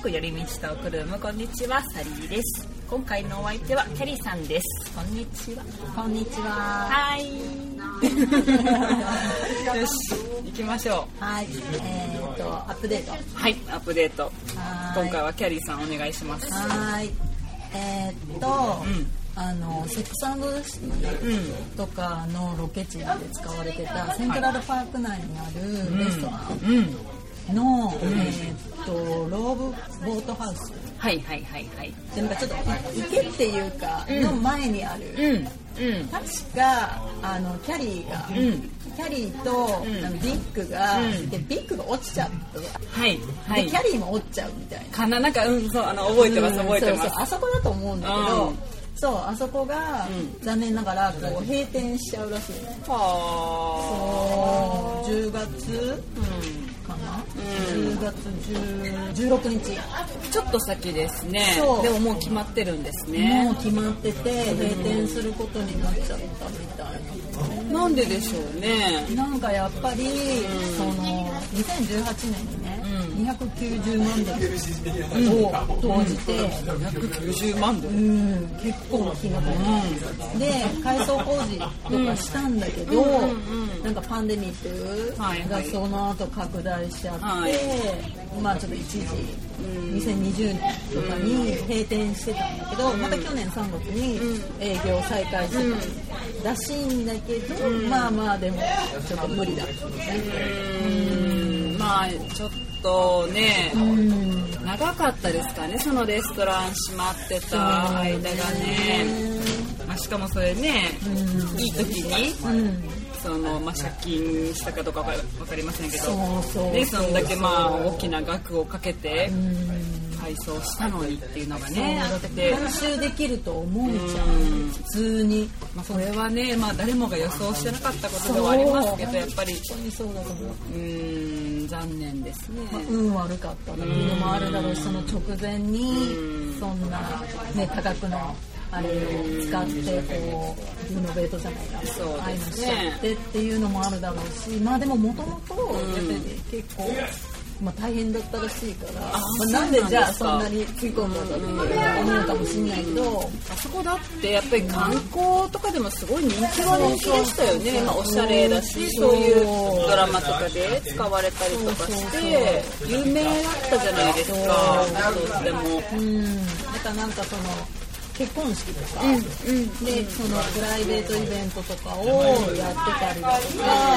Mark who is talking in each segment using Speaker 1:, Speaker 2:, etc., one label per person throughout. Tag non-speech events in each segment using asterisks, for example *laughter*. Speaker 1: く寄り道トークルームこんにちはサリーです今回のお相手はキャリーさんですこんにちは
Speaker 2: こんにちは。
Speaker 1: はい *laughs*
Speaker 2: *laughs*
Speaker 1: よし行きましょ
Speaker 2: はい。えっ、と、アップデート。
Speaker 1: うはいアップデート
Speaker 2: はーい
Speaker 1: 今回はキャリーさんお願いします
Speaker 2: はーい。えっ、と、あの、セックスザシティ
Speaker 1: うん
Speaker 2: とかのロケ地で使われてたセントラルパーク内にあるレストラ
Speaker 1: うん
Speaker 2: ンの、えっ、と、ローブボートハウス。
Speaker 1: はいはいはいはい
Speaker 2: でなんかちょっと池っていうか、の前にある。
Speaker 1: うんうん
Speaker 2: 確かあのキャリーが、
Speaker 1: ん
Speaker 2: キャリーと、
Speaker 1: ん
Speaker 2: あのビッグが、
Speaker 1: うん
Speaker 2: でビッグが落ちちゃって、
Speaker 1: はいは
Speaker 2: で
Speaker 1: い
Speaker 2: キャリーも落ちちゃうみたいな。
Speaker 1: かななんかうんそうあの覚えてます
Speaker 2: うん
Speaker 1: 覚えてます
Speaker 2: そうそうあそこだと思うんだけど、
Speaker 1: うん
Speaker 2: そうあそこが、
Speaker 1: う
Speaker 2: 残念ながらこう閉店しちゃうらしいね
Speaker 1: は
Speaker 2: 10月
Speaker 1: あうん
Speaker 2: かな、
Speaker 1: う
Speaker 2: 10月10 16日
Speaker 1: ちょっと先ですね
Speaker 2: そう
Speaker 1: でももう決まってるんです
Speaker 2: も
Speaker 1: ね
Speaker 2: う決まってて閉店することになっちゃったみたい
Speaker 1: なんででしょうね
Speaker 2: ななんかやっぱり、その2018年にね、290万ドルを投じて、
Speaker 1: 290万ドル
Speaker 2: うん結構金額で改装工事とかしたんだけど、なんかパンデミッ
Speaker 1: はい
Speaker 2: ク
Speaker 1: は
Speaker 2: が
Speaker 1: い
Speaker 2: その後拡大しちゃって、
Speaker 1: は
Speaker 2: まあちょっと一時2020年とかに閉店してたんだけど、また去年3月に営業再開してたらしいんだけど、まあまあでもちょっと無理だった
Speaker 1: うんまあちょっとね
Speaker 2: うん
Speaker 1: 長かったですかねそのレストラン閉まってた間がね、まあ、しかもそれね、いい時に
Speaker 2: うん
Speaker 1: その、まあ、借金したかどうかわかわかりませんけど
Speaker 2: そうそう
Speaker 1: でそんだけまあ大きな額をかけて改装したのにっていうのがねあ
Speaker 2: だ
Speaker 1: っ
Speaker 2: って
Speaker 1: て。
Speaker 2: 回収できると思うじゃ
Speaker 1: うん
Speaker 2: ん普通に
Speaker 1: まあ、それはね、まあ、誰もが予想してなかったことではありますけど、やっぱり、
Speaker 2: 本当にそうだと思う、
Speaker 1: うーん、残念ですね。
Speaker 2: まあ、運悪かったっていうのもあるだろうしその直前にそんな、ね、多額のあれを使ってこうリノベートじゃないか
Speaker 1: そうですね
Speaker 2: ああいうのしちゃってっていうのもあるだろうしまあでももともと結構。まあ、大変だったらしいから、まあ
Speaker 1: そうな
Speaker 2: なんん
Speaker 1: で
Speaker 2: です
Speaker 1: か
Speaker 2: じゃあそんなに食い込んだんだって思うかもしれないけど、
Speaker 1: あそこだって、やっぱり観光とかでもすごい人気は人気でしたよね。まあ、おしゃれだし、そういうドラマとかで使われたりとかして、有名だったじゃないですか、とっても。
Speaker 2: うん、またなんかその結婚式とか、でそのプライベートイベントとかをやってたりだとか、その映画でも恋人たちの予感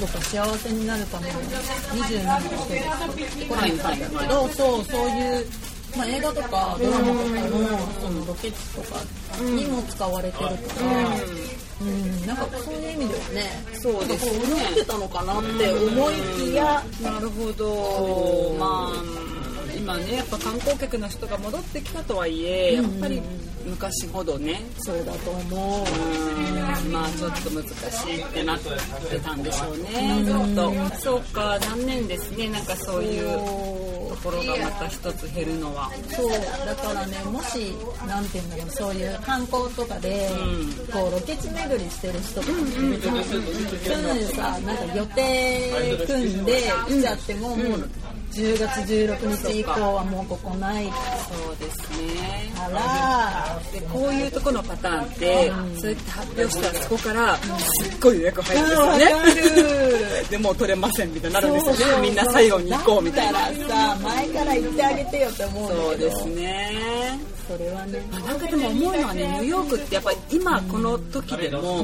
Speaker 2: とか幸せになるための27の人ですこれ見たんだけど、そうそういう。まあ、映画とかドラマとかのそのロケ地とかにも使われてるとか、うん、なんかそういう意味ではね、
Speaker 1: そうですね
Speaker 2: なんかこう潤ってたのかなって思いきや、
Speaker 1: なるほど、まあ、今ね、やっぱ観光客の人が戻ってきたとはいえ、やっぱり昔ほどね、
Speaker 2: そうだと思う。
Speaker 1: うんまあちょっと難しいってなってたんでしょうねずっとそうか残念ですねなんかそういうところがまた一つ減るのは
Speaker 2: そうだからねもしなんていうんだろうそういう観光とかで、
Speaker 1: う
Speaker 2: こうロケ地巡りしてる人とか、そういうのさなんか予定組んで来ちゃっても、もう10月16日以降はもうここないか
Speaker 1: そうですね
Speaker 2: ら、
Speaker 1: でこういうとこのパターンって、そうやって発表したらそこからすっごい予約入るんですよね、でもう取れませんみたいになるんですよねみんな最後に行こうみたいな
Speaker 2: だからさ前から言ってあげてよって思うんだ
Speaker 1: そう
Speaker 2: けど
Speaker 1: ですね
Speaker 2: それはね
Speaker 1: なんかでも思うのはねニューヨークってやっぱり今この時でも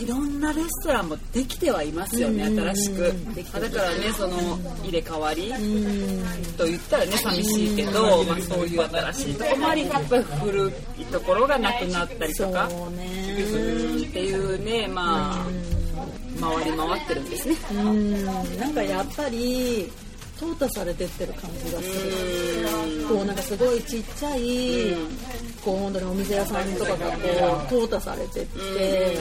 Speaker 1: いろんなレストランもできてはいますよね新しくまあだからねその入れ替わりと言ったらね寂しいけどまあそういう新しいとこもありやっぱり古いところがなくなったりとか
Speaker 2: そう
Speaker 1: う
Speaker 2: ね
Speaker 1: ーんっていうねまあ回り回ってるんですね
Speaker 2: うんなんかやっぱり淘汰されてってる感じがするこうなんかすごいちっちゃい、こう本当にお店屋さんとかがこう淘汰されてって、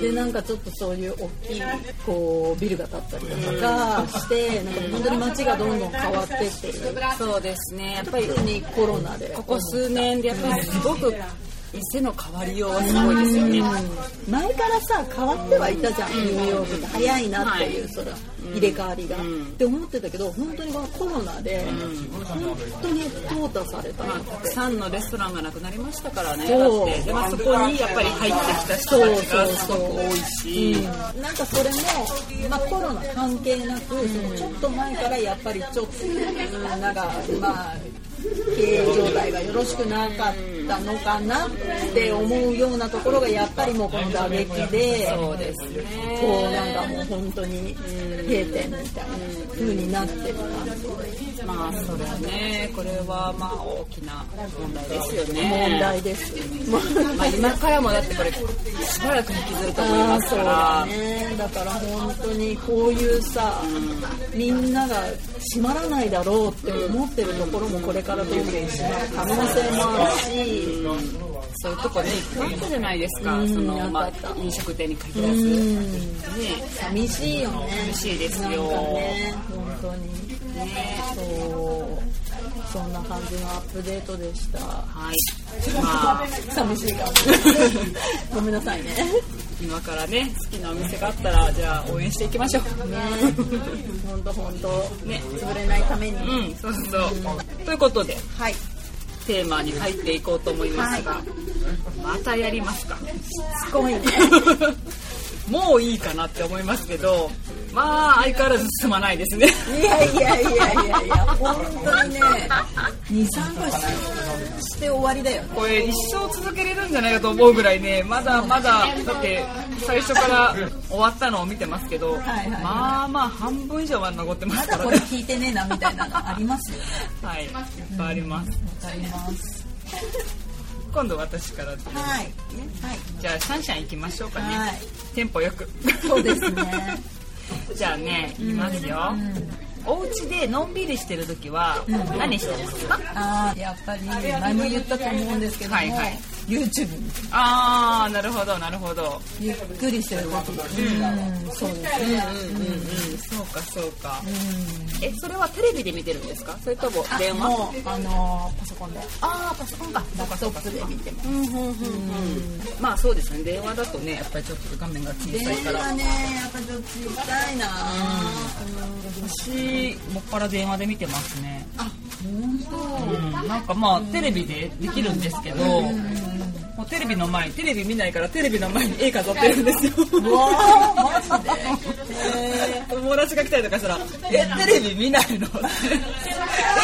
Speaker 2: でなんかちょっとそういう大きいこうビルが建ったりとかして、なんか本当に街がどんどん変わってってる。
Speaker 1: そうですねやっぱり
Speaker 2: 特にコロナで
Speaker 1: ここ数年でやっぱりすごく店の変わりようはすごいですよね。
Speaker 2: 前からさ変わってはいたじゃん、ニューヨークって早いなっていう、それは入れ替わりが、って思ってたけど本当にこのコロナで、本当に淘汰されたなって、
Speaker 1: たくさんのレストランがなくなりましたからねだってで、まあ、そこにやっぱり入ってきた人たちがすごく多いし、
Speaker 2: なんかそれも、まあ、コロナ関係なく、そのちょっと前からやっぱりちょっと、うん、なんかまあ経営状態がよろしくなかったのかなって思うようなところがやっぱりもうこの打撃で
Speaker 1: そうですね
Speaker 2: こうなんかもう本当に閉店みたいな風になってる感じ
Speaker 1: まあそれはねこれはまあ大きな問題ですよね
Speaker 2: 問題ですもう
Speaker 1: まあ、今からもだってこれしばらく引きずると思い
Speaker 2: あ
Speaker 1: ま
Speaker 2: あ
Speaker 1: す
Speaker 2: そ
Speaker 1: か
Speaker 2: う
Speaker 1: ら
Speaker 2: だねだから本当にこういうさ、みんなが閉まらないだろうって思ってるところもこれからどんどん閉まる可能性もあるし、
Speaker 1: そういうとこね、いっぱいあったじゃないですか、
Speaker 2: うん
Speaker 1: その、ま
Speaker 2: あったあ
Speaker 1: あ
Speaker 2: っ、
Speaker 1: 飲食店に限らず。
Speaker 2: う
Speaker 1: ね、
Speaker 2: ん寂しいよね
Speaker 1: 寂しいですよ
Speaker 2: なんかね本当にねそうそんな感じのアップデートでした
Speaker 1: はい。まあ、
Speaker 2: 寂しいかもごめんなさいね
Speaker 1: 今からね、好きなお店があったら、じゃあ、応援していきましょう。
Speaker 2: ね本当本当
Speaker 1: ね。
Speaker 2: 潰れないために、
Speaker 1: うん、そうそう。ということで、
Speaker 2: はい
Speaker 1: テーマに入っていこうと思いますが、
Speaker 2: は
Speaker 1: またやりますか。
Speaker 2: すごいね
Speaker 1: *laughs* もういいかなって思いますけど、まあ、相変わらず進まないですね。
Speaker 2: いやいやいやいやいや、本当にね、二三個して終わりだよね。
Speaker 1: これ一生続けれるんじゃないかと思うぐらいねまだまだだって最初から終わったのを見てますけど、
Speaker 2: はいはい
Speaker 1: まあまあ半分以上は残ってま
Speaker 2: ます
Speaker 1: から
Speaker 2: だこ
Speaker 1: ね
Speaker 2: れ聞いてねえなみたいなのありますよ。
Speaker 1: はいいっぱいあります、
Speaker 2: わかります。
Speaker 1: 今度私からです
Speaker 2: はい。はい。
Speaker 1: じゃあシャンシャン行きましょうかね、
Speaker 2: はい
Speaker 1: テンポよく
Speaker 2: そうですね。
Speaker 1: *laughs* じゃあね言いますよ、お家でのんびりしてるときは何してますか、
Speaker 2: ああ、やっぱり前も言ったと思うんですけども、
Speaker 1: はいはい
Speaker 2: YouTube に
Speaker 1: ああなるほどなるほど
Speaker 2: ゆっくりしてる時に、うん、そうですね。
Speaker 1: うんうんそうかそうか、えそれはテレビで見てるんですかそれとも電
Speaker 2: あ
Speaker 1: 話
Speaker 2: もうあのーパソコンで、
Speaker 1: ああパソコンか
Speaker 2: ラットップで見てます。
Speaker 1: まあそうですね電話だとねやっぱりちょっと画面が小
Speaker 2: 電
Speaker 1: さいか
Speaker 2: 話
Speaker 1: ら
Speaker 2: ね、やっぱちょっと小さいな。
Speaker 1: 私もっぱら電話で見てますね、
Speaker 2: あ、本
Speaker 1: うん、なんかまあテレビでできるんですけど、もうテレビの前にテレビ見ないからテレビの前に絵飾ってるんですよ *laughs*
Speaker 2: 当。わあ、マジで。
Speaker 1: 友達が来たりとかしたら「えテレビ見ないの?」
Speaker 2: *laughs*
Speaker 1: って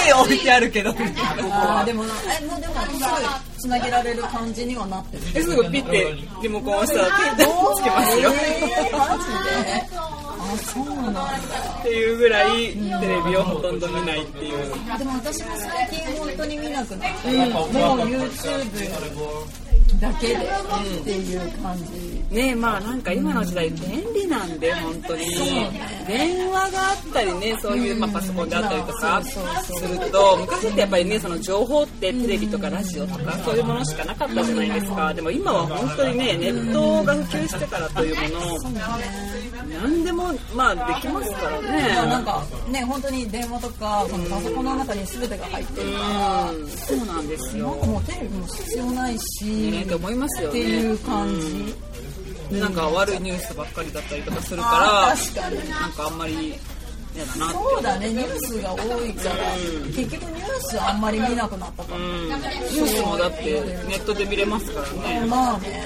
Speaker 1: 絵置いてあるけどみたい
Speaker 2: あー
Speaker 1: な
Speaker 2: でもなえもうでもすぐつなげられる感じにはなってる。
Speaker 1: えすぐピッてリモコン押したらピッてつきますよ
Speaker 2: えーマジで。あそうなんだ。
Speaker 1: っていうぐらいテレビをほとんど見ないっていう
Speaker 2: でも私も最近本当に見なくなって、もう YouTube だけでっていう感じ。
Speaker 1: ねえまあなんか今の時代便利なんで本当に電話があったりねそういうまあパソコンであったりとかすると昔ってやっぱりねその情報ってテレビとかラジオとかそういうものしかなかったじゃないですかでも今は本当にねネットが普及してからというもの何でもまあできますから
Speaker 2: まあ
Speaker 1: ね
Speaker 2: なんかね本当に電話とかそのパソコンの中に全てが入ってるから、
Speaker 1: うんそうなんです
Speaker 2: なん
Speaker 1: よ
Speaker 2: かもうテレビも必要ない
Speaker 1: ね
Speaker 2: し
Speaker 1: って思いますよ
Speaker 2: ってい
Speaker 1: ね
Speaker 2: う感じ。
Speaker 1: なんか悪いニュースばっかりだったりとかするか
Speaker 2: あー確かに。
Speaker 1: らなんかあんまり嫌だなって
Speaker 2: そうだね、ニュースが多いから、結局ニュースあんまり見なくなったか
Speaker 1: うんニュースもだってネットで見れますから
Speaker 2: ら。
Speaker 1: ね。
Speaker 2: まあね、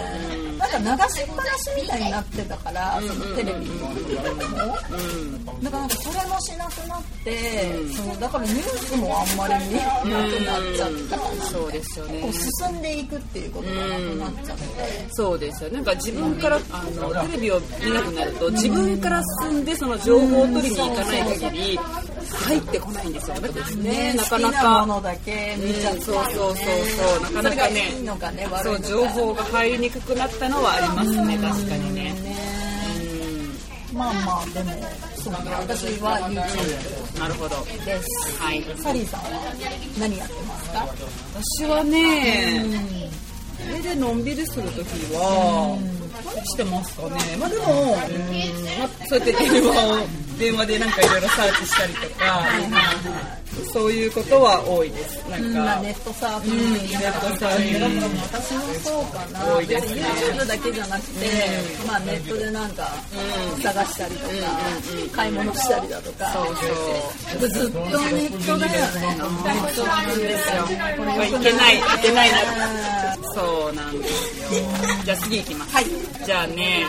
Speaker 2: なんか流しっぱなしみたいになってたから、そのテレビも。だからなんかそれもしなくなって、そうだからニュースもあんまり見なくなっちゃったかな。
Speaker 1: そうですよ
Speaker 2: こ
Speaker 1: ね
Speaker 2: う。進んでいくっていうことがなくなっちゃって、
Speaker 1: そうですよ。なんか自分からあのテレビを見なくなると自分から進んでその情報を取りに行かない限り入ってこないんですよね。ねなかな
Speaker 2: 好きな
Speaker 1: か。
Speaker 2: ものだけ
Speaker 1: うん
Speaker 2: 見ち
Speaker 1: そ
Speaker 2: ゃっ
Speaker 1: う
Speaker 2: て、
Speaker 1: そうそうそうなかなかね
Speaker 2: それがいいのかね悪い
Speaker 1: そ
Speaker 2: の
Speaker 1: う
Speaker 2: か
Speaker 1: 情報が入りにくくなったのはありますね確かにね
Speaker 2: まあまあでもそうね私は YouTube
Speaker 1: うんなるほど
Speaker 2: です
Speaker 1: はい
Speaker 2: サリーさんは何やってますか
Speaker 1: 私はね、家でのんびりするときは、何してますかね、まあ、でも、うんまあそうやって電話を電話でなんかいろいろサーチしたりとか、そういうことは多いですなんか、
Speaker 2: まあネットサーフィンみたいな
Speaker 1: ネットサーフィン
Speaker 2: だから私もそうかな
Speaker 1: 多いですね
Speaker 2: YouTube だけじゃなくて、まあ、ネットでなんか探したりとか、買い物したりだとか、
Speaker 1: そう
Speaker 2: ずっとネットだよね
Speaker 1: そうそうなんですよまあいけないいけないなそうなんですよじゃあ次行きます、はい、じゃあね、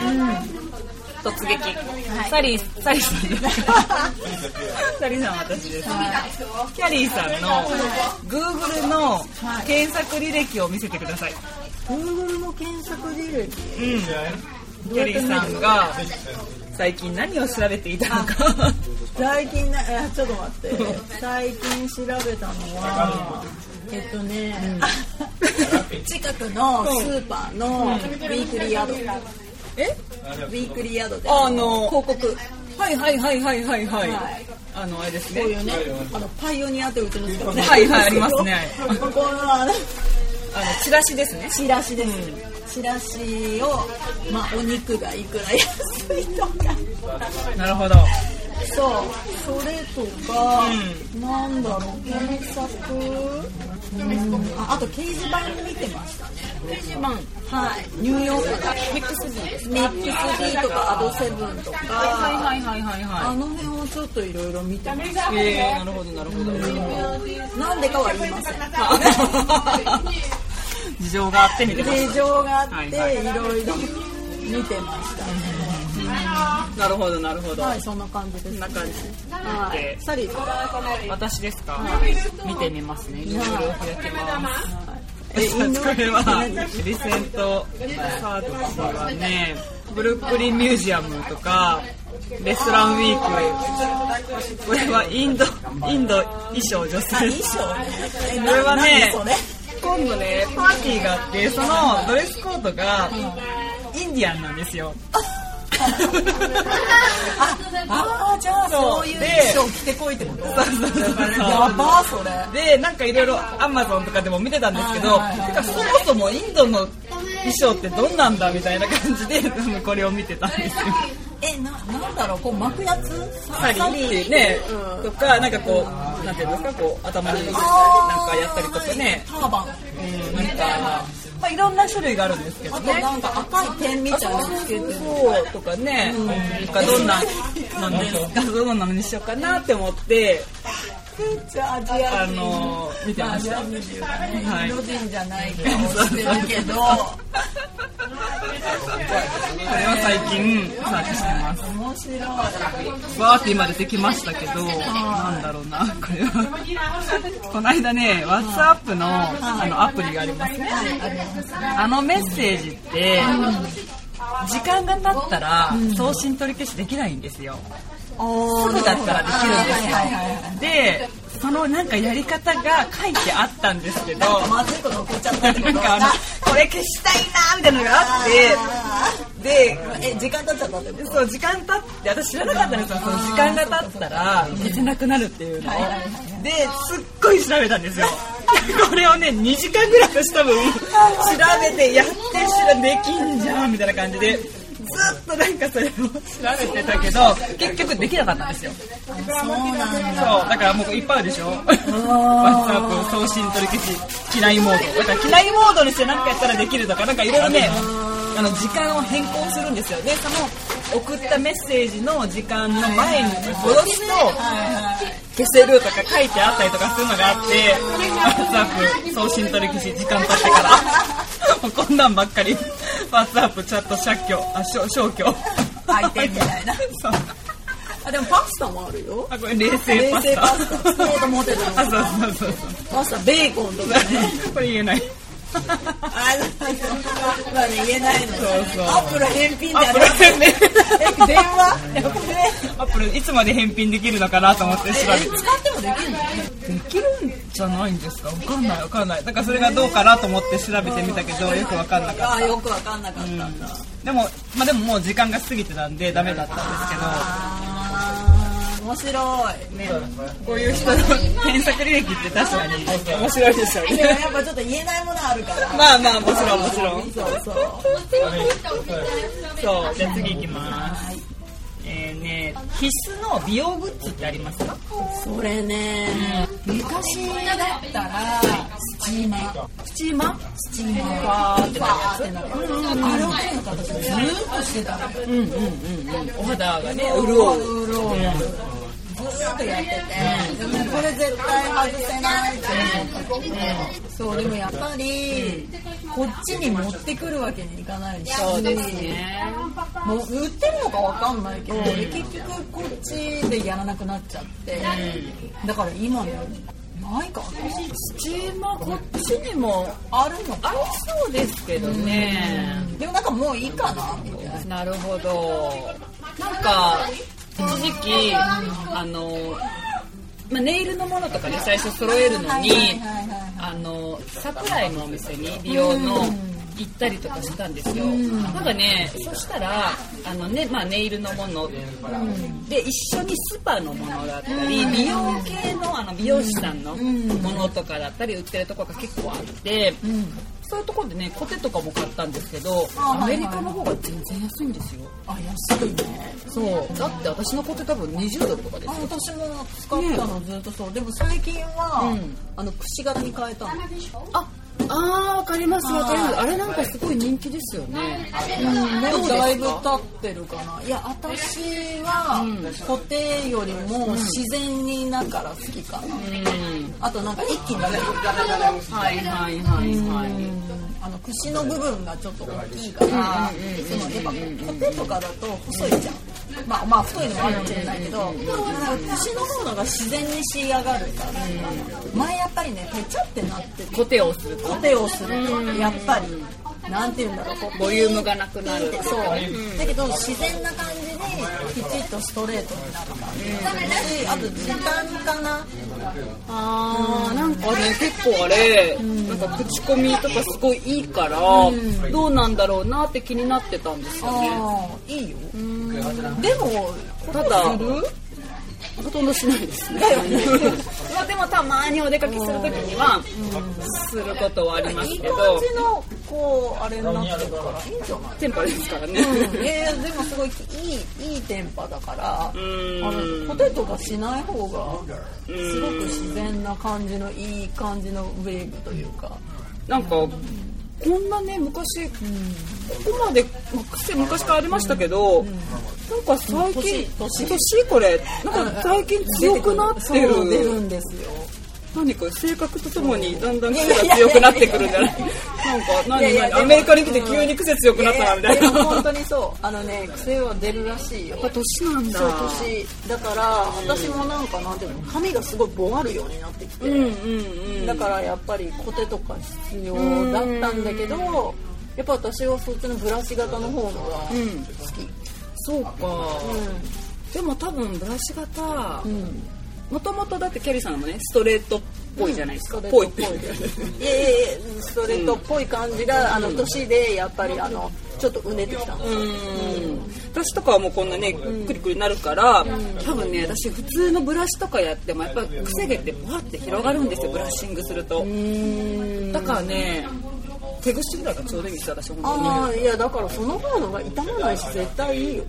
Speaker 1: 突撃、サリーサリーさんじゃないサリーさんは私ですね、キャリーさんの Google の検索履歴を見せてください、
Speaker 2: Google の検索履歴
Speaker 1: うん、キャリーさんが最近何を調べていたのか
Speaker 2: 最近なえちょっと待って最近調べたのはえっとね、近くのスーパーのウィークリーアド
Speaker 1: え
Speaker 2: ウィークリーアドで
Speaker 1: あの
Speaker 2: 広告
Speaker 1: はいはいはいはいはいはい、
Speaker 2: はい
Speaker 1: あのあれです
Speaker 2: こ
Speaker 1: ね
Speaker 2: ういうねあのパイオニアってうちの人ね
Speaker 1: はいはいありますね
Speaker 2: このあの
Speaker 1: あのチラシですね
Speaker 2: チラシです、チラシをまあお肉がいくら安いとか
Speaker 1: なるほど
Speaker 2: そうそれとか、なんだろう検索、うんああと掲示板見てましたね掲示板はいニューヨークだミックス D ですミックス D とかアドセブンとか、
Speaker 1: はいはいはい
Speaker 2: あ
Speaker 1: は
Speaker 2: の辺をちょっといろいろ見てました
Speaker 1: いはいえー、なるほどなるほど
Speaker 2: なんでかは言いませ
Speaker 1: *laughs*
Speaker 2: ん
Speaker 1: 事情があってみてま
Speaker 2: *laughs* 事
Speaker 1: し
Speaker 2: 情があって、
Speaker 1: はい
Speaker 2: い
Speaker 1: はい
Speaker 2: ろいろ見てましたね、
Speaker 1: たなるほどなるほど、
Speaker 2: はいそんな感じで
Speaker 1: こん
Speaker 2: す
Speaker 1: な感じ
Speaker 2: はいサリーさん
Speaker 1: 私ですか、見てみますねいろいろ開けます
Speaker 2: え
Speaker 1: これはリセントサーチはねブルックリンミュージアムとかレストランウィークこれはインドインド衣装女性
Speaker 2: 衣装ねえ
Speaker 1: これはね
Speaker 2: 何それ
Speaker 1: 今度ねパーティーがあってそのドレスコードがインディアンなんですよ
Speaker 2: ああじゃあ
Speaker 1: そう
Speaker 2: そういう
Speaker 1: で
Speaker 2: 衣装着てこいってことやばーそれ
Speaker 1: でなんかいろいろアマゾンとかでも見てたんですけど
Speaker 2: はいはいはい
Speaker 1: てかそもそもインドの衣装ってどんなんだみたいな感じで多分これを見てたんですよ
Speaker 2: えななんだろうこう巻くやつ
Speaker 1: サリーっていうね、とかなんかこうなんていうんですかこう頭になんかやったりとかね、
Speaker 2: ターバン
Speaker 1: うん、なんかまあいろんな種類があるんですけど
Speaker 2: あと
Speaker 1: ね
Speaker 2: なんか赤い点み
Speaker 1: あ
Speaker 2: たいなのつけてる
Speaker 1: そうとかね、なんかどんななんですかどんなのにしようかなって思って
Speaker 2: じゃあアジア
Speaker 1: あ
Speaker 2: 人
Speaker 1: の見て
Speaker 2: ア
Speaker 1: まし
Speaker 2: ジ
Speaker 1: た
Speaker 2: ア人っていうかね
Speaker 1: はい
Speaker 2: インド人じゃない顔してるけど
Speaker 1: これは最近サーチしてます
Speaker 2: 面白い
Speaker 1: わーって今出てきましたけど、なんだろうな、これは。 *laughs* この間ね、WhatsApp のあのアプリがありますね。あのメッセージって、時間が経ったら送信取り消しできないんですよ。
Speaker 2: お
Speaker 1: すぐだったらできるんですよ
Speaker 2: はいはいはいはい
Speaker 1: で、そのなんかやり方が書いてあったんですけど、
Speaker 2: まずいこと起こっちゃった
Speaker 1: な
Speaker 2: ってこ
Speaker 1: ん
Speaker 2: と
Speaker 1: かあの、これ消したいなーみたいなのがあっ
Speaker 2: あ
Speaker 1: て、で、
Speaker 2: ーえ時間経っちゃったってこと
Speaker 1: そう時間経って私知らなかったんですよその時間が経ったら寝てなくなるっていうのをですっごい調べたんですよ *laughs* これをね2時間ぐらい私多分調べてやって調べできんじゃんみたいな感じでずっとなんかそれを調べてたけど結局できなかったんですよ
Speaker 2: そうなんだ
Speaker 1: そうだからもういっぱいあるでしょ WhatsApp 送信取り消し機内モードだから機内モードにして何かやったらできるとかなんかいろいろねあの時間を変更するんですよねその送ったメッセージの時間の前に戻すと消せるとか書いてあったりとかするのがあって WhatsApp 送信取り消し時間経ってからもうこんなんばっかり WhatsApp チャット消去あ消消去
Speaker 2: 開いてみたいな
Speaker 1: *laughs* そう
Speaker 2: あでもパスタもあるよ
Speaker 1: あこれ冷
Speaker 2: 冷
Speaker 1: 製パス
Speaker 2: 製
Speaker 1: タ
Speaker 2: パスタストレートモテたの
Speaker 1: あそうそうそうそう
Speaker 2: パスタベーコンとかね
Speaker 1: これ言えない。
Speaker 2: あまあね言えないの
Speaker 1: そうそう
Speaker 2: アップル返品
Speaker 1: ア
Speaker 2: だ
Speaker 1: ッ
Speaker 2: よ
Speaker 1: プルね。
Speaker 2: え電話やっぱね
Speaker 1: アップルいつまで返品できるのかなと思って調べて。
Speaker 2: 使ってもできるの
Speaker 1: できるんじゃないんですか。わかんないわかんない。だからそれがどうかなと思って調べてみたけどよくわかんなか
Speaker 2: あ
Speaker 1: っ
Speaker 2: あよくわかんなかったんだ、
Speaker 1: た。でもまあでももう時間が過ぎてたんでダメだったん
Speaker 2: あー面白い
Speaker 1: ですけど。ね。こういう人の検索履歴って確かに面白いですよ
Speaker 2: いや
Speaker 1: ね。
Speaker 2: やっぱちょっと言えないものあるから
Speaker 1: まあまあもちろんもちろん。
Speaker 2: そうそう
Speaker 1: そうじゃあ次行きます。えーね、必須の美容グッズってありますか
Speaker 2: それね、昔だったらスチーマー
Speaker 3: スチーマー
Speaker 2: スチーマーバーってなってなるあれを手の形でずーっとしてたのず
Speaker 3: お肌がね潤う
Speaker 2: ーっとやってて、でもこれ絶対外せないって思った時にそうでもやっぱりこっちに持ってくるわけにいかないし
Speaker 3: そうですね
Speaker 2: もう売ってるのかわかんないけど、結局こっちでやらなくなっちゃって、だから今ねないか
Speaker 3: スチーマーこっちにも
Speaker 2: あるの
Speaker 3: あり
Speaker 2: か
Speaker 3: そうですけどね、
Speaker 2: でもなんかもういいかなみたいな
Speaker 3: なるほど。なんか、正直、あの、まあ、ネイルのものとかで最初揃えるのに
Speaker 2: はいはいはいはい、
Speaker 3: あの、サプライのお店に美容の行ったりとかしたんですよ。なんかね、そしたら、あのね、まあ、ネイルのもので、一緒にスパのものだったり、美容系のあの美容師さんのものとかだったり、売ってるところが結構あって、そういうところでね、コテとかも買ったんですけど、
Speaker 2: あ
Speaker 3: ア
Speaker 2: はいはい
Speaker 3: メリカの方が全然安いんですよ。
Speaker 2: あ安いね
Speaker 3: そう。だって私のコテ多分20ドルとかで
Speaker 2: あ
Speaker 3: すよ。
Speaker 2: 私も使ったのずっとそう、でも最近は、
Speaker 3: うん
Speaker 2: あの櫛型に変えたの
Speaker 3: あ、あー、わかります
Speaker 2: わかります
Speaker 3: あれなんかすごい人気ですよね。
Speaker 2: もうだいぶ経ってるかないや私は固定よりも自然になから好きかな、
Speaker 3: うん。
Speaker 2: あとなんか一気に
Speaker 3: はいはいはいは
Speaker 2: あの櫛の部分がちょっと大きいから、そのやっぱコテとかだと細いじゃん、まあまあ太いのもあるかもしれないけど、なんか櫛の方のが自然に仕上がるから、前やっぱりねペチャってなって
Speaker 3: い。コテをすると
Speaker 2: コテをするとやっぱりなんて言うんだろうこう
Speaker 3: ボリュームがなくなる。
Speaker 2: そう、だけど自然な感じできちっとストレートになる感じ、あと時短かな、
Speaker 3: あー、なんかね、結構あれ、なんか口コミとかすごいいいから、どうなんだろうなって気になってたんですよね。
Speaker 2: あーいいよでも
Speaker 3: ただ、ほとんどしないですね。 *laughs* まあでもたまにお出かけするときには、することはあります
Speaker 2: いい
Speaker 3: け
Speaker 2: 感
Speaker 3: ど、
Speaker 2: じのこうあれになってるからいいんじゃない
Speaker 3: テンパですからね。
Speaker 2: えー、でもすごいいいいいテンパだから、
Speaker 3: ん
Speaker 2: あのポテトがしない方がすごく自然な感じのいい感じのウェーブというか、
Speaker 3: なんか、こんなね、昔、ここまで、まあ癖昔からありましたけど、なんか最近、
Speaker 2: 年
Speaker 3: 年これ、なんか最近強くなって
Speaker 2: そう出る
Speaker 3: る。
Speaker 2: んですよ
Speaker 3: 何か性格とともにだんだん癖が強くなってくるんじゃないなんか、何何アメリカに来て急に癖強くなったな、みたい
Speaker 2: や
Speaker 3: な。
Speaker 2: やでも本当にそうあのね癖は出るらしいよ
Speaker 3: 年なんだ
Speaker 2: そう年だから私もなんかなんていうの髪がすごいボワるようになってきて、
Speaker 3: うんうんうん。
Speaker 2: だからやっぱりコテとか必要だったんだけど、やっぱ私はそっちのブラシ型の方のが好
Speaker 3: うん
Speaker 2: き、
Speaker 3: そうか、でも多分ブラシ型もともとだってキャリーさんもねストレートっぽいじゃないですか、
Speaker 2: ストレー
Speaker 3: ぽい
Speaker 2: ト
Speaker 3: っ
Speaker 2: ってぽいいやいやいやストレートっぽい感じが、あの年でやっぱりあのちょっとうねってきたの、
Speaker 3: うん私とかはもうこんなねクリクリなるから、多分ね私普通のブラシとかやってもやっぱり癖毛ってぼわって広がるんですよブラッシングするとだからね手口ぐらいがちょうどいいんですよ私本当に
Speaker 2: ああいやだからその方のが傷まないし絶対いいよ、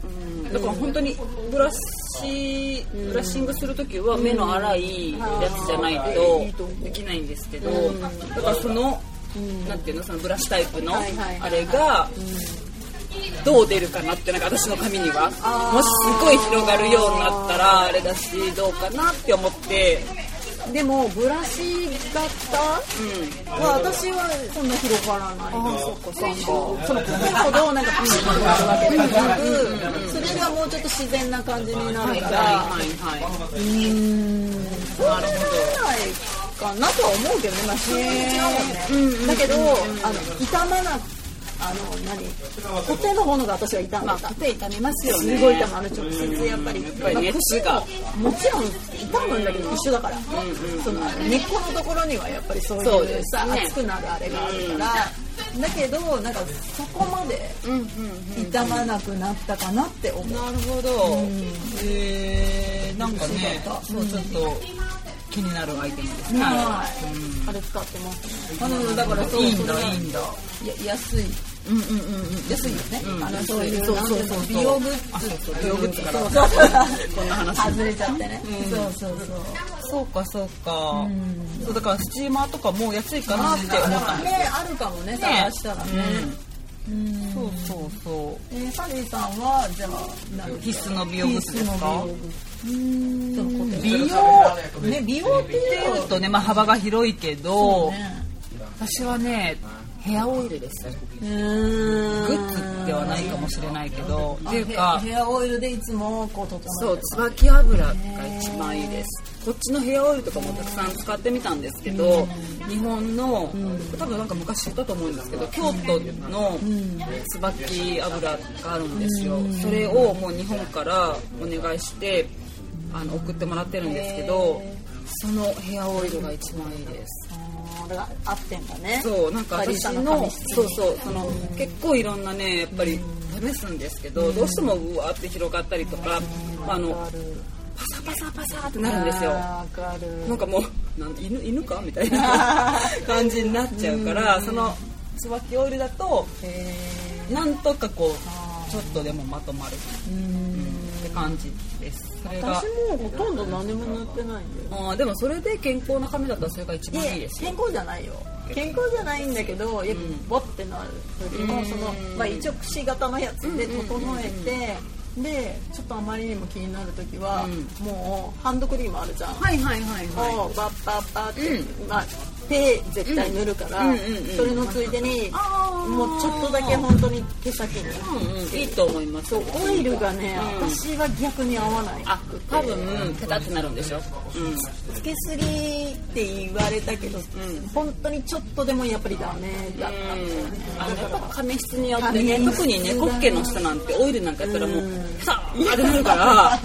Speaker 3: だから本当にブラシ、ブラッシングするときは目の粗いやつじゃないとできないんですけど、だからその、なんていうのそのブラシタイプの
Speaker 2: はいはいはい
Speaker 3: あれが、どう出るかなってなんか私の髪にはもしすごい広がるようになったらあれだしどうかなって思って、
Speaker 2: でもブラシ型
Speaker 3: う、
Speaker 2: は私はそんな広がらないあそっかそっかその骨ほどなんかピシッとなるわけじゃなくそれがもうちょっと自然な感じになん
Speaker 3: は
Speaker 2: る
Speaker 3: い
Speaker 2: か
Speaker 3: はい
Speaker 2: ら
Speaker 3: はいは
Speaker 2: うーんそうならないかなとは思うけどねまあ人によって違うもんねだけどあの傷まなあの何固定のものが私は傷んだ
Speaker 3: い縦痛みますよね
Speaker 2: すごい痛むあの直接やっぱりやっ
Speaker 3: ぱり熱が
Speaker 2: もちろん痛むんだけど一緒だから、その根っこのところにはやっぱりそう
Speaker 3: そうで
Speaker 2: いう
Speaker 3: す
Speaker 2: さ
Speaker 3: ね
Speaker 2: 熱くなるあれがあるから、だけどなんかそこまで痛まなくなったかなって思う、
Speaker 3: なるほど、えー、なんかねそうちょっと気になるアイテムですね、
Speaker 2: はいあれ使ってますね
Speaker 3: うん、だからそういいんだいいんだ
Speaker 2: いや安い
Speaker 3: うんうんうんうん
Speaker 2: 安いよね、あのそういう
Speaker 3: そうそうそう
Speaker 2: なんでも美容グッズとか
Speaker 3: 美容グッズから
Speaker 2: *laughs* そうそう
Speaker 3: こんな話
Speaker 2: 外れちゃってね、そうそうそう
Speaker 1: そうかそうか、そうだからスチーマーとかもう安いかなって思ったの、
Speaker 2: ねあるかもね探したらねうん
Speaker 1: そうそうそう
Speaker 2: えーサリーさんはじゃあなんか
Speaker 1: 必須の美容グッズですか
Speaker 2: そのこと
Speaker 1: 美容ね美容っていうとね、まあ、幅が広いけど、私はねヘアオイルです
Speaker 2: うーん
Speaker 1: グッズではないかもしれないけどっていう
Speaker 2: あ
Speaker 1: か
Speaker 2: ヘアオイルでいつもこう整
Speaker 3: そ
Speaker 2: っ
Speaker 3: う
Speaker 2: て
Speaker 3: 椿油が一番いいですこっちのヘアオイルとかもたくさん使ってみたんですけど、日本の、多分なんか昔言ったと思うんですけど京都の椿油があるんですよ、それをもう日本からお願いしてあの送ってもらってるんですけど、そのヘアオイルが一番いいです
Speaker 2: あれが合ってんだね
Speaker 3: そうなんか
Speaker 2: バリスタ
Speaker 3: 私
Speaker 2: の
Speaker 3: の
Speaker 2: 髪質
Speaker 3: そうそうその結構いろんなねやっぱり試すんですけどどうしてもうわーって広がったりとかあのパサパサパサってなるんですよ
Speaker 2: あーわかる
Speaker 3: なんかもうなん犬犬かみたいな感じになっちゃうからその椿オイルだと
Speaker 2: へ
Speaker 1: なんとかこうちょっとでもまとまるって感じですそれ
Speaker 2: ー
Speaker 1: が
Speaker 2: 私もうほとんど何も塗ってないんだよ
Speaker 3: あーでもそれで健康な髪だったらそれが一番いい
Speaker 2: で
Speaker 3: ですよ
Speaker 2: 健康じゃないよ健康じゃないんだけどやっぱボッてなるよりもその、まあ、一応櫛型のやつで整えてでちょっとあまりにも気になる時は、もうハンドクリームあるじゃん、
Speaker 3: はいはいはい
Speaker 2: をバッバッバッって、まあ、手絶対塗るから、
Speaker 3: うんうんうんうん
Speaker 2: それのついでに
Speaker 3: あー
Speaker 2: もうちょっとだけ本当に毛先に
Speaker 3: うんうんいいと思いますそう
Speaker 2: オイルがね、
Speaker 3: うん
Speaker 2: 私は逆に合わない
Speaker 3: あ多分ペタってなるんでしょ、うん
Speaker 2: つけすぎって言われたけど、本当にちょっとでもやっぱりダメだったんですよね、
Speaker 3: あの
Speaker 2: だ
Speaker 3: やっ
Speaker 2: か
Speaker 3: ぱ
Speaker 2: ら
Speaker 3: 髪質によって
Speaker 2: 髪
Speaker 3: ね
Speaker 2: 質だ
Speaker 3: 特にねコッケの人なんてオイルなんかやったらもうさあってなるから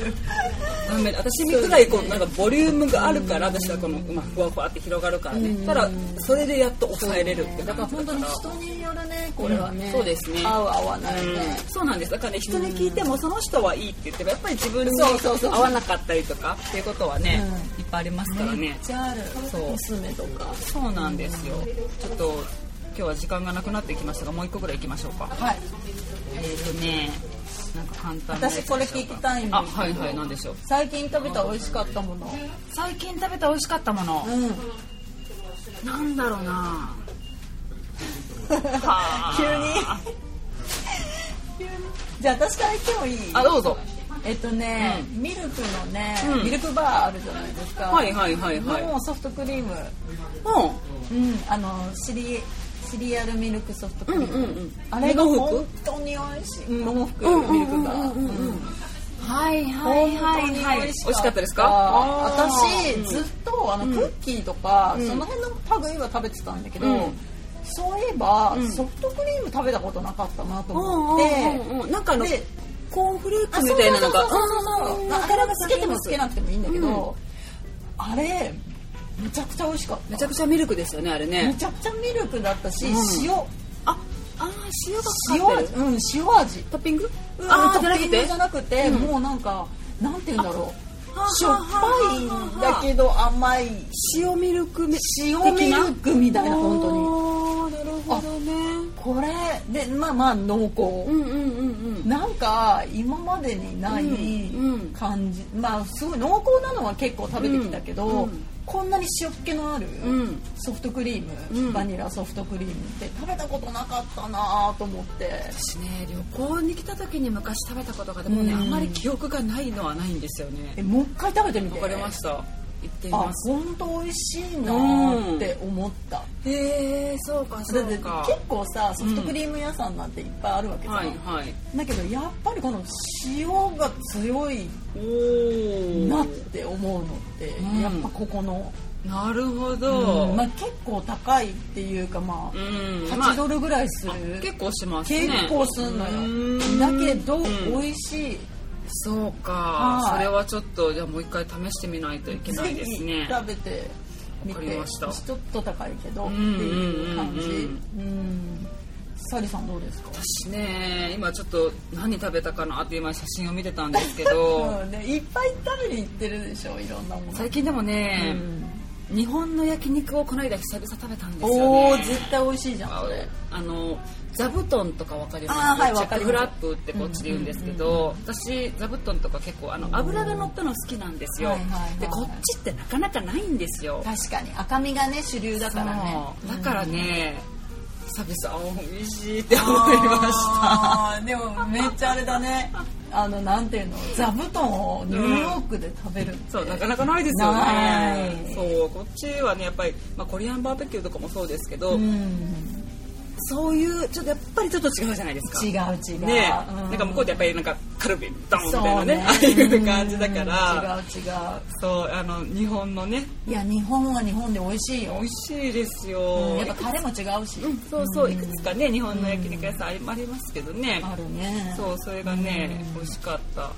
Speaker 3: ダメ私みくらいこうなんかボリュームがあるから私はこの、まあ、ふわふわって広がるからねただそれでやっと抑えれるって
Speaker 2: だから
Speaker 3: 感じだ
Speaker 2: 本
Speaker 3: か
Speaker 2: 当
Speaker 3: ら
Speaker 2: に人によるねこれはね、
Speaker 3: うんそうですね
Speaker 2: 合う合わないね、
Speaker 3: うんそうなんですだからね人に聞いてもその人はいいって言ってもやっぱり自分に
Speaker 2: そうそうそう
Speaker 3: 合わなかったりとかっていうことはねいっぱいありますからね
Speaker 2: じゃあある
Speaker 3: そう
Speaker 2: コスメとか
Speaker 3: そうなんですよちょっと今日は時間がなくなってきましたがもう一個ぐらい行きましょうか
Speaker 2: はい
Speaker 3: えっ、ー、とねなんか簡単なやつ
Speaker 2: 私これ聞きたいん
Speaker 3: あ、
Speaker 2: です
Speaker 3: はいはい、なんでしょう。
Speaker 2: 最近食べた美味しかったもの
Speaker 3: 最近食べた美味しかったもの。
Speaker 2: うん
Speaker 3: なんだろうな。
Speaker 2: *laughs* 急にじゃあ私から言ってもいい
Speaker 3: あ、どうぞ。
Speaker 2: えっとね、ミルクのね、
Speaker 3: うん
Speaker 2: ミルクバーあるじゃないですか、
Speaker 3: はいはいはいはい。
Speaker 2: のソフトクリーム、うん、あのシリシリアルミルクソフトクリーム、
Speaker 3: うんうんうん
Speaker 2: あれが
Speaker 3: 桃福
Speaker 2: 本当に美味しい、
Speaker 3: ん
Speaker 2: 桃福
Speaker 3: うんうんうん
Speaker 2: ミルクバー、
Speaker 3: うん
Speaker 2: うん
Speaker 3: はいは
Speaker 2: 本
Speaker 3: い
Speaker 2: 当に
Speaker 3: 美
Speaker 2: 美
Speaker 3: 味
Speaker 2: 味
Speaker 3: し
Speaker 2: し
Speaker 3: かったですか。あー
Speaker 2: 私ずっとあのクッキーとか、その辺の類は食べてたんだけど、
Speaker 3: うん
Speaker 2: そういえば、ソフトクリーム食べたことなかったなと
Speaker 3: うん
Speaker 2: 思って、
Speaker 3: うんうんうんなんかあの
Speaker 2: で
Speaker 3: コーンフレー
Speaker 2: あ
Speaker 3: クみたいなのが。
Speaker 2: そうそうそうそうそうあれはつけてもつけなくてもいいんだけ
Speaker 3: う
Speaker 2: ど、あれめちゃくちゃ美味しかった
Speaker 3: めちゃくちゃミルクですよね、あれ
Speaker 2: め
Speaker 3: ね。
Speaker 2: ちゃくちゃミルクだったし、
Speaker 3: ん
Speaker 2: 塩
Speaker 3: あ、あー、塩が
Speaker 2: 塩
Speaker 3: かかって
Speaker 2: 味
Speaker 3: る。
Speaker 2: うん塩味
Speaker 3: トッピング。
Speaker 2: うん
Speaker 3: あ
Speaker 2: トッピン
Speaker 3: ー、じゃなく
Speaker 2: グ
Speaker 3: て
Speaker 2: じゃ。なくて、もうなんかなんて言うんだろ
Speaker 3: あ
Speaker 2: うしょっぱいんだけど甘い
Speaker 3: 塩ミルクみ。
Speaker 2: 塩ミルクみたいな本当に
Speaker 3: 当に。なるほどね。
Speaker 2: これでまあまあ濃厚、
Speaker 3: うんうんうんうん。
Speaker 2: なんか今までにない
Speaker 3: うんうん
Speaker 2: 感じ、まあすごい濃厚なのは結構食べてきたけど、
Speaker 3: うん
Speaker 2: こんなに塩っ気のある
Speaker 3: ん
Speaker 2: ソフトクリーム、
Speaker 3: うん
Speaker 2: バニラソフトクリームって食べたことなかったなと思って
Speaker 3: 私ね旅行に来た時に昔食べたことがでもね、
Speaker 2: うん
Speaker 3: あまり記憶がないのはないんですよね
Speaker 2: えもう一回食べてみて
Speaker 3: わかりました行ってみ
Speaker 2: あ
Speaker 3: ます
Speaker 2: 本当美味しいなって思った、
Speaker 3: へえそうかそ
Speaker 2: だ
Speaker 3: う
Speaker 2: って
Speaker 3: か
Speaker 2: 結構さソフトクリーム屋さんなんていっぱいあるわけじゃん、
Speaker 3: はいはい
Speaker 2: だけどやっぱりこの塩が強い
Speaker 3: お
Speaker 2: なっ
Speaker 3: ー
Speaker 2: て思うのって、
Speaker 3: うん
Speaker 2: やっぱここの
Speaker 3: なるほど
Speaker 2: まあ、結構高いっていうかまあ、
Speaker 3: うんま
Speaker 2: 8
Speaker 3: あ
Speaker 2: ドルぐらいする、
Speaker 3: 結構しますね
Speaker 2: 結構すんのよ、
Speaker 3: うん
Speaker 2: だけど、
Speaker 3: うん
Speaker 2: 美味しい
Speaker 3: そうか
Speaker 2: はい
Speaker 3: それはちょっとじゃあもう一回試してみないといけな
Speaker 2: ぜ
Speaker 3: いで
Speaker 2: ひ
Speaker 3: すね
Speaker 2: 食べてみ
Speaker 3: わかり
Speaker 2: て
Speaker 3: ました
Speaker 2: ちょっと高いけど
Speaker 3: う
Speaker 2: っ
Speaker 3: ん
Speaker 2: ていう感じ
Speaker 3: うん
Speaker 2: うんサリさんどうですか
Speaker 3: 私ね今ちょっと何食べたかなって今写真を見てたんですけど
Speaker 2: うんね、いっぱい食べに行ってるでしょいろんなもの、
Speaker 3: 最近でも
Speaker 2: う
Speaker 3: ね、
Speaker 2: ん
Speaker 3: 日本の焼肉をこの間久々食べたんですよね
Speaker 2: おお絶対美味しいじゃんそれ
Speaker 3: あの
Speaker 1: 座布団とか分かります
Speaker 2: あーはい
Speaker 1: チャ
Speaker 2: わか
Speaker 1: ッ
Speaker 2: り
Speaker 1: ク
Speaker 2: ま
Speaker 1: フラ
Speaker 2: す
Speaker 1: ップってこっちで言うんですけど、私座布団とか結構あの油が乗ったの好きなんですよ、
Speaker 2: はいはいはい
Speaker 1: でこっちってなかなかないんですよ
Speaker 2: 確かに赤身がね主流だからね
Speaker 1: そうだからね、久々あ美味しいって思いました
Speaker 2: あーでもめっちゃあれだねあのなんていうの座布団をニューヨークで食べるって
Speaker 1: そうなかなかないですよ
Speaker 2: ない
Speaker 1: ねそうこっちはねやっぱり、まあ、コリアンバーベキューとかもそうですけど、
Speaker 2: うん
Speaker 1: そういうちょっとやっぱりちょっと違うじゃないですか
Speaker 2: 違う違う
Speaker 1: ねえ、
Speaker 2: う
Speaker 1: なんか向こうでやっぱりなんかカルビドンみ
Speaker 2: そ
Speaker 1: た
Speaker 2: う
Speaker 1: いなね *laughs* ああいう感じだから
Speaker 2: うん違う違う
Speaker 1: そうあの日本のね
Speaker 2: いや日本は日本で美味しいよ
Speaker 1: 美味しいですよ、
Speaker 2: うんやっぱタレも違うし、
Speaker 1: うんそうそういくつかね日本の焼肉屋さんありありますけどね
Speaker 2: あるね
Speaker 1: そうそれがね美味しかった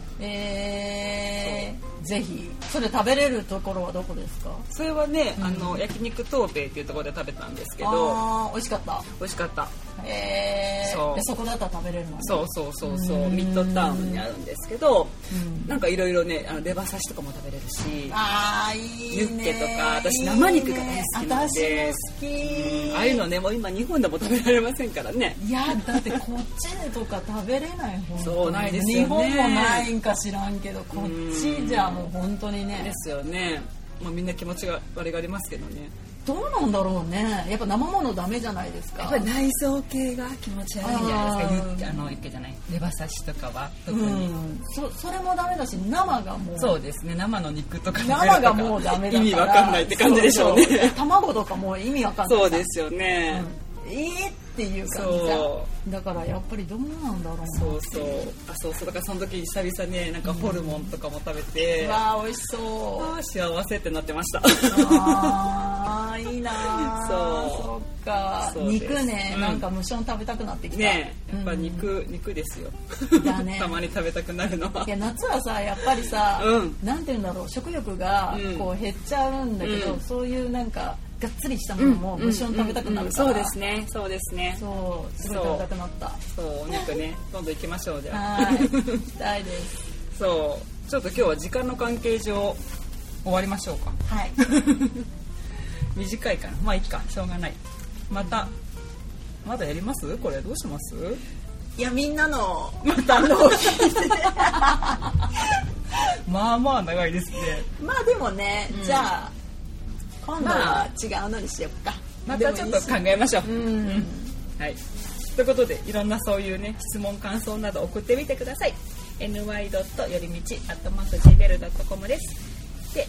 Speaker 2: えー、ぜひそれ食べれるところはどこですか
Speaker 1: それはね、あの焼肉東米っていうところで食べたんですけど
Speaker 2: あー美味しかった
Speaker 1: 美味しかった
Speaker 2: えー、
Speaker 1: そう
Speaker 2: でそこだったら食べれるの
Speaker 1: そうそうそうそうミッドタウンにあるんですけど、
Speaker 2: うん
Speaker 1: なんかいろいろねあのレバ刺しとかも食べれるし
Speaker 2: あーいいね
Speaker 1: ユッケとか私生肉が大好きなんで
Speaker 2: いいね私も好き
Speaker 1: ああいうのねもう今日本でも食べられませんからね
Speaker 2: いやだってこっちでとか食べれないほんとに
Speaker 1: そうないですよね
Speaker 2: 日本もないんか知らんけどこっちじゃもう本当に
Speaker 1: で
Speaker 2: ね
Speaker 1: すよねまあみんな気持ちがあれがありますけどね
Speaker 2: どうなんだろうねやっぱ生ものダメじゃないですか
Speaker 1: やっぱり内臓系が気持ち悪いんじゃないですかユッケあのユッケじゃないレバ刺しとかは特
Speaker 2: う
Speaker 1: に、
Speaker 2: んそそれもダメだし生がもう
Speaker 1: そうですね生の肉とか
Speaker 2: 生がもうダメだから
Speaker 1: 意味わかんないって感じでしょうね
Speaker 2: そそ卵とかもう意味わかんない
Speaker 1: そうですよね、
Speaker 2: うんえーっていう感じじ
Speaker 1: そ
Speaker 2: ゃんだからやっぱりどうなんだろうな
Speaker 1: そうそうあそうそうだからその時久々ねなんかホルモンとかも食べて、
Speaker 2: うわー美味しそう
Speaker 1: あー幸せってなってま
Speaker 2: *laughs*
Speaker 1: した
Speaker 2: あーいいなー
Speaker 1: そう
Speaker 2: っか
Speaker 1: そうです
Speaker 2: 肉ね、
Speaker 1: うん
Speaker 2: なんか無償に食べたくなってきた
Speaker 1: ねえやっぱ肉、
Speaker 2: うん
Speaker 1: 肉ですよ
Speaker 2: だね
Speaker 1: *laughs* たまに食べたくなるのはい
Speaker 2: や夏はさやっぱりさ、
Speaker 1: うん
Speaker 2: なんて言うんだろう食欲が
Speaker 1: うん
Speaker 2: こう減っちゃうんだけど、
Speaker 1: うん
Speaker 2: そういうなんかがっつりしたものも無償に食べたくなるから、
Speaker 1: うんうんうんそうですねそうですね
Speaker 2: そうすごい食べたくなった
Speaker 1: そうお肉ね今度行きましょうじゃあ
Speaker 2: はい行きたいです
Speaker 1: *laughs* そうちょっと今日は時間の関係上終わりましょうか *laughs*
Speaker 2: はい
Speaker 1: 短いからまあいいかしょうがないまたまだやりますこれどうします
Speaker 2: いやみんなの
Speaker 1: またあの *laughs* まあまあ長いですね
Speaker 2: まあでもね、じゃあ今度
Speaker 1: まあ
Speaker 2: は違うのにしよっか、
Speaker 1: またちょっと考えましょう
Speaker 2: うん
Speaker 1: はい。ということで、いろんなそういうね、質問、感想など送ってみてください。ny. よりみち、アットマーク gmail.com です。で、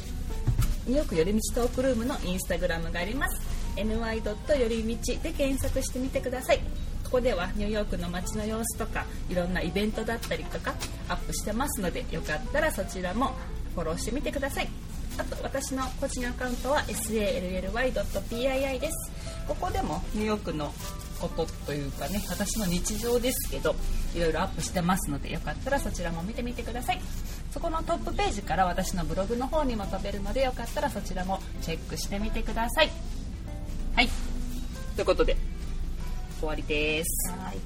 Speaker 1: ニューヨークよりみちトークルームのインスタグラムがあります。ny. よりみちで検索してみてください。ここではニューヨークの街の様子とか、いろんなイベントだったりとか、アップしてますので、よかったらそちらもフォローしてみてください。あと私の個人アカウントは sally.pii ですここでもニューヨークのことというかね私の日常ですけどいろいろアップしてますのでよかったらそちらも見てみてくださいそこのトップページから私のブログの方にも飛べるのでよかったらそちらもチェックしてみてくださいはいということで終わりです
Speaker 2: はい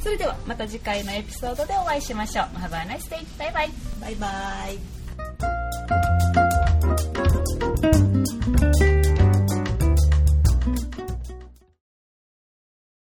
Speaker 1: それではまた次回のエピソードでお会いしましょう Have a nice day! バイバイ
Speaker 2: バイバイ